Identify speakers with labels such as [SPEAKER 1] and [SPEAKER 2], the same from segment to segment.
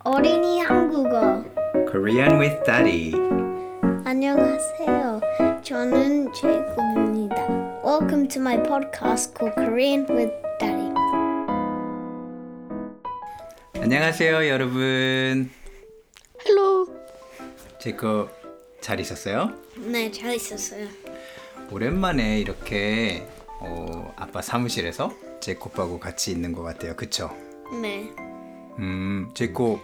[SPEAKER 1] 어린이 한국어
[SPEAKER 2] Korean with Daddy.
[SPEAKER 1] 안녕하세요. 저는 제이콥입니다. Welcome to my podcast called Korean with Daddy.
[SPEAKER 2] 안녕하세요, 여러분.
[SPEAKER 1] Hello.
[SPEAKER 2] 제거 잘 있었어요?
[SPEAKER 1] 네, 잘 있었어요.
[SPEAKER 2] 오랜만에 이렇게 어, 아빠 사무실에서 제코하고 같이 있는 것 같아요. 그쵸?
[SPEAKER 1] 네.
[SPEAKER 2] 음, 제코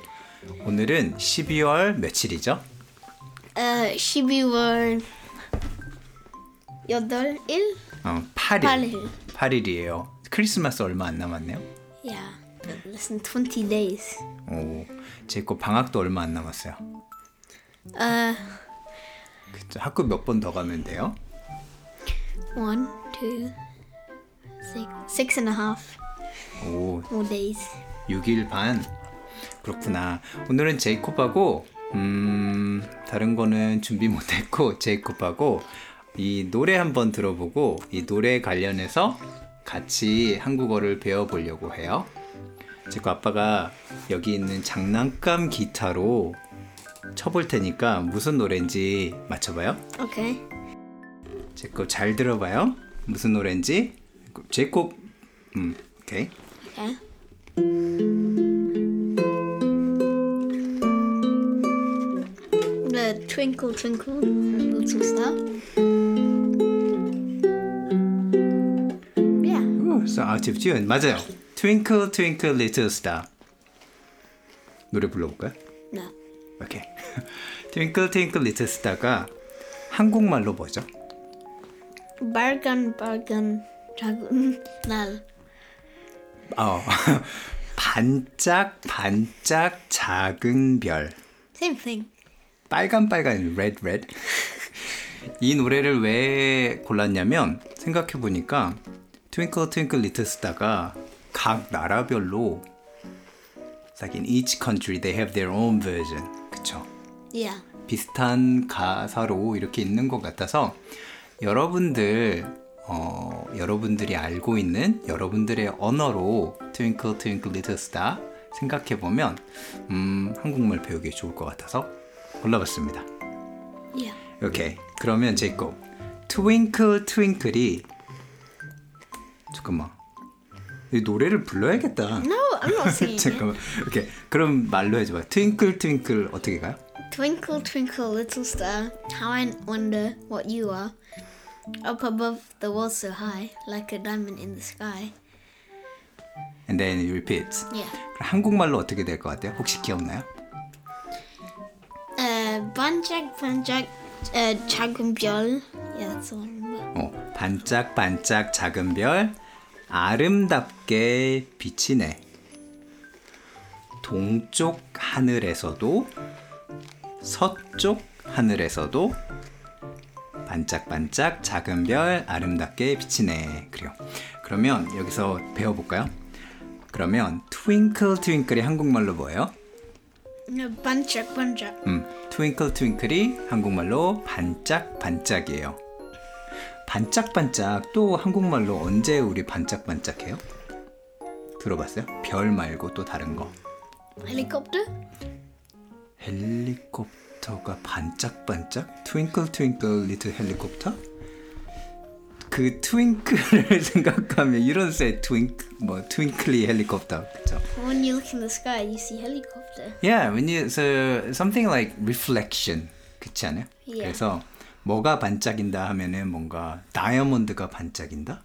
[SPEAKER 2] 오늘은 12월 며칠이죠?
[SPEAKER 1] 어, 12월 8일?
[SPEAKER 2] 어, 8일.
[SPEAKER 1] 팔일.
[SPEAKER 2] 8일이에요. 크리스마스 얼마 안 남았네요.
[SPEAKER 1] Yeah. Less than 20 days.
[SPEAKER 2] 오, 제코 방학도 얼마 안 남았어요.
[SPEAKER 1] Uh,
[SPEAKER 2] 그쵸? 학교 몇 번 더 가면 돼요?
[SPEAKER 1] one, two, six, six and a half
[SPEAKER 2] 오,
[SPEAKER 1] more days.
[SPEAKER 2] 6일 반 그렇구나 오늘은 제이콥하고 음 다른 거는 준비 못했고 제이콥하고 이 노래 한번 들어보고 이 노래 관련해서 같이 한국어를 배워보려고 해요 제이콥 아빠가 여기 있는 장난감 기타로 쳐볼 테니까 무슨 노래인지 맞춰봐요
[SPEAKER 1] Okay.
[SPEAKER 2] 제이콥 잘 들어봐요 무슨 노래인지 제이콥 음 오케이
[SPEAKER 1] Okay. The twinkle twinkle little star. Yeah.
[SPEAKER 2] 오, So out of tune 맞아요. Twinkle Twinkle Little Star 노래 불러볼까요?
[SPEAKER 1] No.
[SPEAKER 2] 오케이. Twinkle Twinkle Little Star가 한국말로 뭐죠?
[SPEAKER 1] Bargain bargain dragon nal.
[SPEAKER 2] 어 반짝 반짝 작은 별
[SPEAKER 1] Same thing.
[SPEAKER 2] 빨간 빨간 red red 이 노래를 왜 골랐냐면 생각해 보니까 Twinkle Twinkle Little Star가 각 나라별로 it's like in each country they have their own version 그쵸?
[SPEAKER 1] Yeah.
[SPEAKER 2] 비슷한 가사로 이렇게 있는 것 같아서 여러분들 어, 여러분들이 알고 있는 여러분들의 언어로 Twinkle Twinkle Little Star 생각해 보면 음, 한국말 배우기 좋을 것 같아서 골라봤습니다.
[SPEAKER 1] Yeah.
[SPEAKER 2] 오케이 그러면 제이콥 Twinkle Twinkle이 잠깐만 이 노래를 불러야겠다.
[SPEAKER 1] No, I'm not singing. it.
[SPEAKER 2] 잠깐만 오케이 그럼 말로 해줘봐. Twinkle Twinkle 어떻게 가요?
[SPEAKER 1] Twinkle twinkle little star, how I wonder what you are. Up above the world so high, like a diamond in the sky.
[SPEAKER 2] And then you repeat.
[SPEAKER 1] Yeah.
[SPEAKER 2] 그럼 한국말로 어떻게 될 것 같아요? 혹시 기억나요?
[SPEAKER 1] Uh, Banjak Banjak uh, Chagumbjol. Yeah, that's the one I remember.
[SPEAKER 2] 어, 반짝반짝 작은 별 아름답게 비치네. 동쪽 하늘에서도 서쪽 하늘에서도 반짝반짝 작은 별 아름답게 비치네. 그래요. 그러면 여기서 배워볼까요? 그러면 트윙클 트윙클이 한국말로 뭐예요?
[SPEAKER 1] No, Banjak Banjak.
[SPEAKER 2] 음, 트윙클 트윙클이 한국말로 반짝반짝이에요. 반짝반짝 또 한국말로 언제 우리 반짝반짝해요? 들어봤어요? 별 말고 또 다른 거.
[SPEAKER 1] Helicopter?
[SPEAKER 2] 헬리콥터가 반짝반짝? 트윙클 트윙클 리틀 헬리콥터? 그 트윙클을 생각하면 이런 새 트윙크 뭐 트윙클리 헬리콥터 그죠?
[SPEAKER 1] When you look in the sky, you see helicopter.
[SPEAKER 2] Yeah, when you so something like reflection 그렇지 않아요?
[SPEAKER 1] Yeah.
[SPEAKER 2] 그래서 뭐가 반짝인다 하면은 뭔가 다이아몬드가 반짝인다,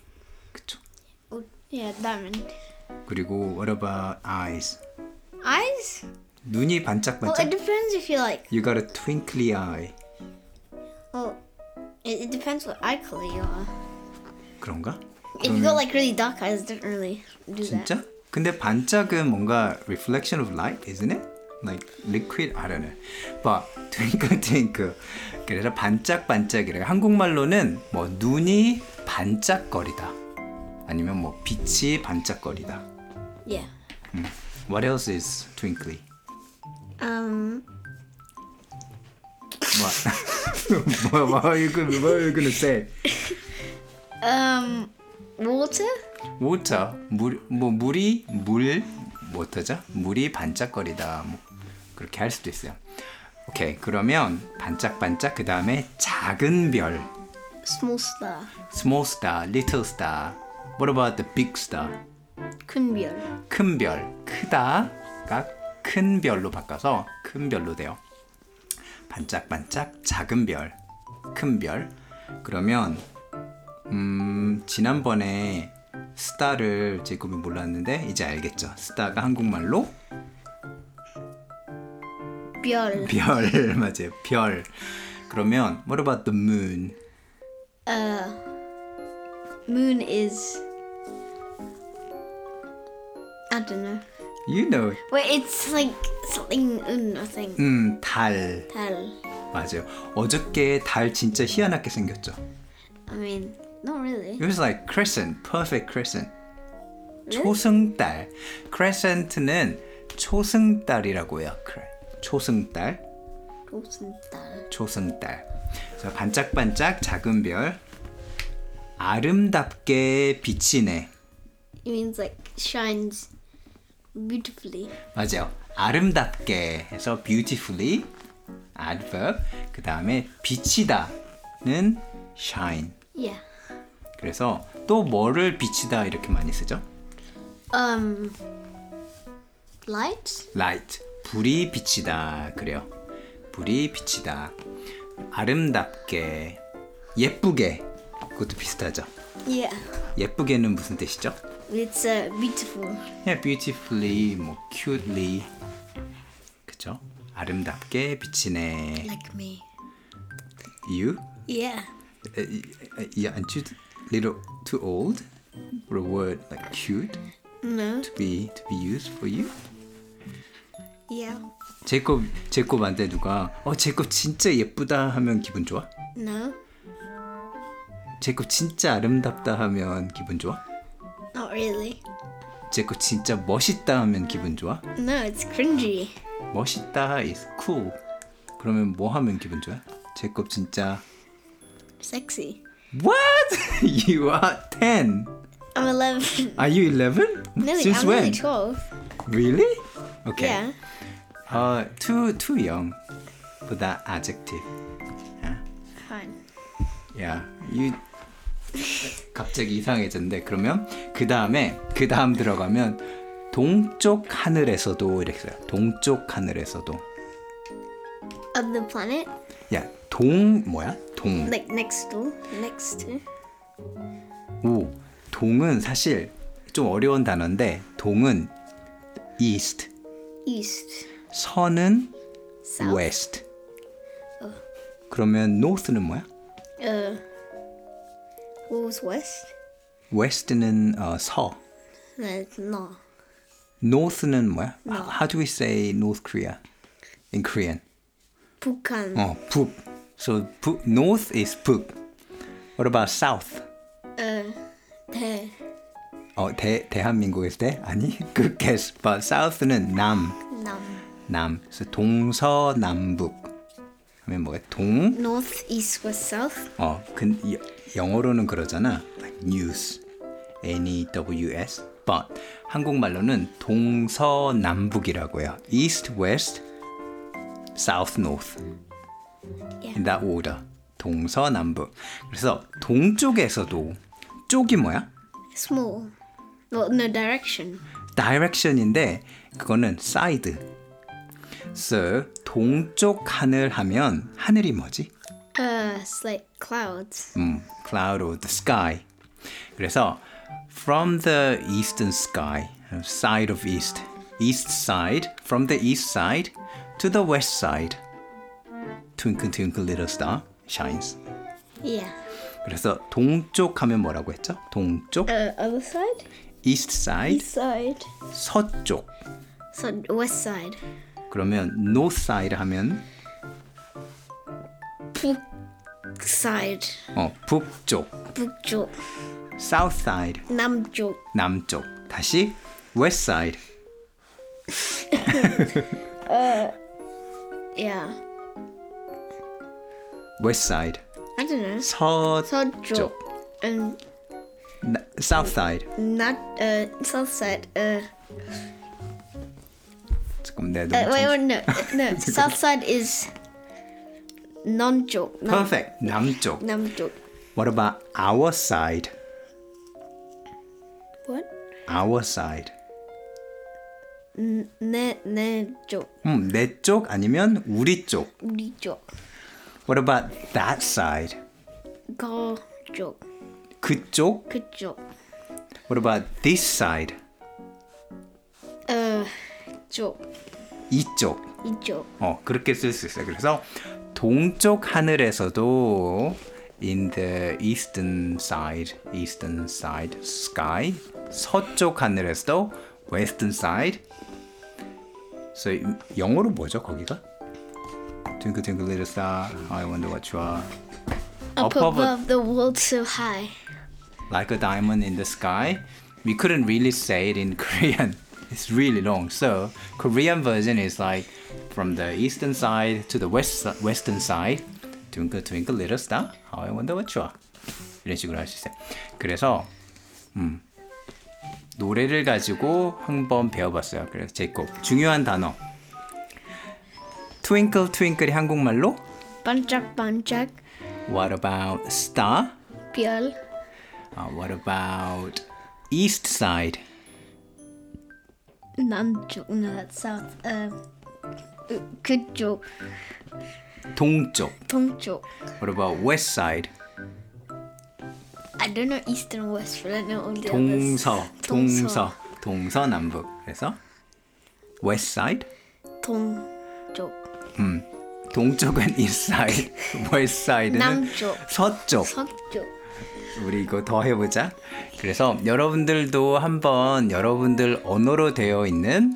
[SPEAKER 2] 그쵸?
[SPEAKER 1] Oh, yeah, diamond.
[SPEAKER 2] 그리고 what about eyes?
[SPEAKER 1] Eyes?
[SPEAKER 2] 눈이
[SPEAKER 1] Well,
[SPEAKER 2] 반짝반짝.
[SPEAKER 1] it depends if you like.
[SPEAKER 2] You got a twinkly eye.
[SPEAKER 1] Well, it, it depends what eye color you are.
[SPEAKER 2] 그런가?
[SPEAKER 1] If you got like really dark eyes, it doesn't really do that.
[SPEAKER 2] 진짜? 근데 반짝은 뭔가 reflection of light, isn't it? Like liquid, I don't know. But twinkle twinkle. 그래서 반짝반짝이래요. 한국말로는 뭐 눈이 반짝거리다. 아니면 뭐 빛이 반짝거리다.
[SPEAKER 1] Yeah.
[SPEAKER 2] What else is twinkly?
[SPEAKER 1] Um.
[SPEAKER 2] 뭐, what are you gonna, what are you gonna say?
[SPEAKER 1] Um. Water?
[SPEAKER 2] Water, 물, 뭐 물이 물, water죠? 물이 반짝거리다. 뭐, 그렇게 할 수도 있어요. 오케이. 그러면 반짝반짝 그 다음에 작은 별.
[SPEAKER 1] Small star.
[SPEAKER 2] small star, little star. What about the big star?
[SPEAKER 1] 큰별.
[SPEAKER 2] 큰 별, 크다가 큰 별로 바꿔서 큰 별로 돼요. 반짝반짝 작은 별, 큰 별. 그러면 음, 지난번에 스타를 지금은 몰랐는데 이제 알겠죠. 스타가 한국말로
[SPEAKER 1] 별.
[SPEAKER 2] 별 맞아요. 별. 그러면 what about the moon?
[SPEAKER 1] Uh, Moon is. I don't know.
[SPEAKER 2] You know.
[SPEAKER 1] Wait, it's like something un, I think.
[SPEAKER 2] 음, 달.
[SPEAKER 1] Tell.
[SPEAKER 2] 맞아요. 어저께 달 진짜 희한하게 생겼죠.
[SPEAKER 1] I mean, not really.
[SPEAKER 2] It was like crescent, perfect crescent.
[SPEAKER 1] 네?
[SPEAKER 2] 초승달. crescent는 초승달이라고 해요. cre- 초승달,
[SPEAKER 1] Awesome star.
[SPEAKER 2] 초승달. 그래서 반짝반짝 작은 별. 아름답게 비치네.
[SPEAKER 1] It means like shines beautifully.
[SPEAKER 2] 맞아요. 아름답게 해서 beautifully adverb. 그 다음에 비치다는 shine.
[SPEAKER 1] Yeah.
[SPEAKER 2] 그래서 또 뭐를 비치다 이렇게 많이 쓰죠?
[SPEAKER 1] Um. Light?
[SPEAKER 2] light 불이 비치다 그래요 불이 비치다 아름답게 예쁘게 그것도 비슷하죠
[SPEAKER 1] Yeah.
[SPEAKER 2] 예쁘게는 무슨 뜻이죠?
[SPEAKER 1] It's uh, beautiful.
[SPEAKER 2] 그냥 beautifully 뭐 cutely 그죠? 아름답게 비치네
[SPEAKER 1] Like me.
[SPEAKER 2] you
[SPEAKER 1] Yeah.
[SPEAKER 2] uh, uh, yeah aren't you little too old for a word like cute
[SPEAKER 1] No.
[SPEAKER 2] to be to be used for you
[SPEAKER 1] Yeah.
[SPEAKER 2] 제곱 제곱한테 누가 어 제곱 진짜 예쁘다 하면 기분 좋아?
[SPEAKER 1] No.
[SPEAKER 2] 제곱 진짜 아름답다 하면 기분 좋아?
[SPEAKER 1] Not really.
[SPEAKER 2] 제곱 진짜 멋있다 하면 기분 좋아?
[SPEAKER 1] No, it's cringy.
[SPEAKER 2] 멋있다 is cool. 그러면 뭐 하면 기분 좋아? 제곱 진짜
[SPEAKER 1] Sexy.
[SPEAKER 2] What? you are 10.
[SPEAKER 1] I'm 11.
[SPEAKER 2] Are you 11?
[SPEAKER 1] Nearly,
[SPEAKER 2] Since
[SPEAKER 1] I'm
[SPEAKER 2] when?
[SPEAKER 1] nearly 12.
[SPEAKER 2] Really? Okay.
[SPEAKER 1] Yeah.
[SPEAKER 2] Uh, too too young for that adjective.
[SPEAKER 1] Fine.
[SPEAKER 2] Yeah. You 갑자기 이상해졌는데 그러면 그 다음에 그 다음 들어가면 동쪽 하늘에서도 이렇게 써요. 동쪽 하늘에서도.
[SPEAKER 1] Of the planet?
[SPEAKER 2] 야, 동 뭐야? 동.
[SPEAKER 1] Like next door? Next to?
[SPEAKER 2] 오. 동은 사실 좀 어려운 단어인데 동은 east,
[SPEAKER 1] East.
[SPEAKER 2] 서는
[SPEAKER 1] South.
[SPEAKER 2] west. 그러면 north는 뭐야?
[SPEAKER 1] Uh. What was west?
[SPEAKER 2] west는 어, 서.
[SPEAKER 1] No, it's not.
[SPEAKER 2] north는 뭐야? How do we say North Korea in Korean?
[SPEAKER 1] Bukan.
[SPEAKER 2] 어, 북. So 북, north is 북. What about south?
[SPEAKER 1] Uh. There.
[SPEAKER 2] 어, 대 대한민국에서 대? 아니, good guess. But south는 남.
[SPEAKER 1] Nam.
[SPEAKER 2] 남, 그래서 동서남북. 하면 뭐야? 동,
[SPEAKER 1] North, east, west, south.
[SPEAKER 2] 어, 근 여- 영어로는 그러잖아. Like news, n e w s. But 한국말로는 동서남북이라고 해요. East, west, south, north. In that order. 동서남북. 그래서 동쪽에서도 쪽이 뭐야?
[SPEAKER 1] Small. Well, no direction.
[SPEAKER 2] direction인데 그거는 side. So 동쪽 하늘 하면 하늘이 뭐지?
[SPEAKER 1] Uh. It's like clouds.
[SPEAKER 2] 음, cloud or the sky. 그래서 from the eastern sky, side of east, east side, from the east side to the west side. Twinkle twinkle little star shines.
[SPEAKER 1] Yeah.
[SPEAKER 2] 그래서 동쪽 하면 뭐라고 했죠? 동쪽,
[SPEAKER 1] Uh. Other side?
[SPEAKER 2] east side,
[SPEAKER 1] East side.
[SPEAKER 2] 서쪽.
[SPEAKER 1] So west side.
[SPEAKER 2] 그러면 north side 하면
[SPEAKER 1] 북 side.
[SPEAKER 2] 어, 북쪽,
[SPEAKER 1] 북쪽.
[SPEAKER 2] south side,
[SPEAKER 1] 남쪽.
[SPEAKER 2] 남쪽. 다시 west side,
[SPEAKER 1] Yeah.
[SPEAKER 2] west side,
[SPEAKER 1] I don't know.
[SPEAKER 2] 서쪽,
[SPEAKER 1] 서쪽. And
[SPEAKER 2] 나- south side.
[SPEAKER 1] uh, not uh south side. Uh
[SPEAKER 2] 잠깐 내
[SPEAKER 1] Uh,
[SPEAKER 2] 너무
[SPEAKER 1] wait, wait, no, no. South side is Namjok. Nam-
[SPEAKER 2] perfect 남쪽.
[SPEAKER 1] Namjok.
[SPEAKER 2] What about our side?
[SPEAKER 1] What?
[SPEAKER 2] Our side.
[SPEAKER 1] Ne Nejok.
[SPEAKER 2] 음, 내 쪽 아니면 우리 쪽.
[SPEAKER 1] Rijok.
[SPEAKER 2] What about that side?
[SPEAKER 1] Gajok.
[SPEAKER 2] 그쪽?
[SPEAKER 1] Kajok.
[SPEAKER 2] What about this side?
[SPEAKER 1] Uh, Jok.
[SPEAKER 2] 이쪽.
[SPEAKER 1] Ijok.
[SPEAKER 2] 어, 그렇게 쓸 수 있어요. 그래서 동쪽 하늘에서도 in the eastern side, eastern side sky 서쪽 하늘에서도 western side. So 영어로 뭐죠 거기가? Twinkle twinkle little star, 아, I wonder what you are.
[SPEAKER 1] Up above the world so high.
[SPEAKER 2] like a diamond in the sky. We couldn't really say it in Korean. It's really long. So Korean version is like from the eastern side to the west western side. Twinkle twinkle little star, how I wonder what you are. 이런 식으로 할 수 있어요. 그래서 음, 노래를 가지고 한번 배워봤어요. 그래서 제곱 중요한 단어. Twinkle twinkle이 한국말로
[SPEAKER 1] Banjak Banjak.
[SPEAKER 2] What about star?
[SPEAKER 1] Pial.
[SPEAKER 2] Uh, what about east side?
[SPEAKER 1] Namjok. No, that's south. Um, Kajok.
[SPEAKER 2] 동쪽.
[SPEAKER 1] Tongjok.
[SPEAKER 2] What about west side?
[SPEAKER 1] I don't know east and west, but I know all the others.
[SPEAKER 2] 동서, 동서, 동서 남북. 그래서 west side.
[SPEAKER 1] 동쪽.
[SPEAKER 2] 동쪽은 east side, west side는
[SPEAKER 1] 남쪽.
[SPEAKER 2] 서쪽.
[SPEAKER 1] 서쪽.
[SPEAKER 2] 우리 이거 더 해보자. 그래서 여러분들도 한번 여러분들 언어로 되어 있는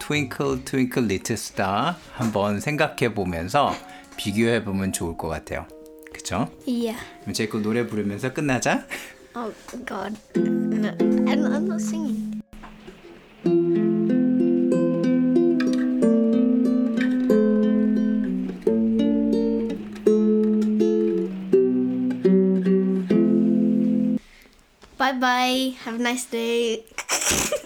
[SPEAKER 2] Twinkle Twinkle Little Star 한번 생각해 보면서 비교해 보면 좋을 것 같아요. 그쵸?
[SPEAKER 1] Yeah.
[SPEAKER 2] 그럼 제거 노래 부르면서 끝나자.
[SPEAKER 1] Oh God. No, I'm, I'm not singing. Bye bye. Have a nice day.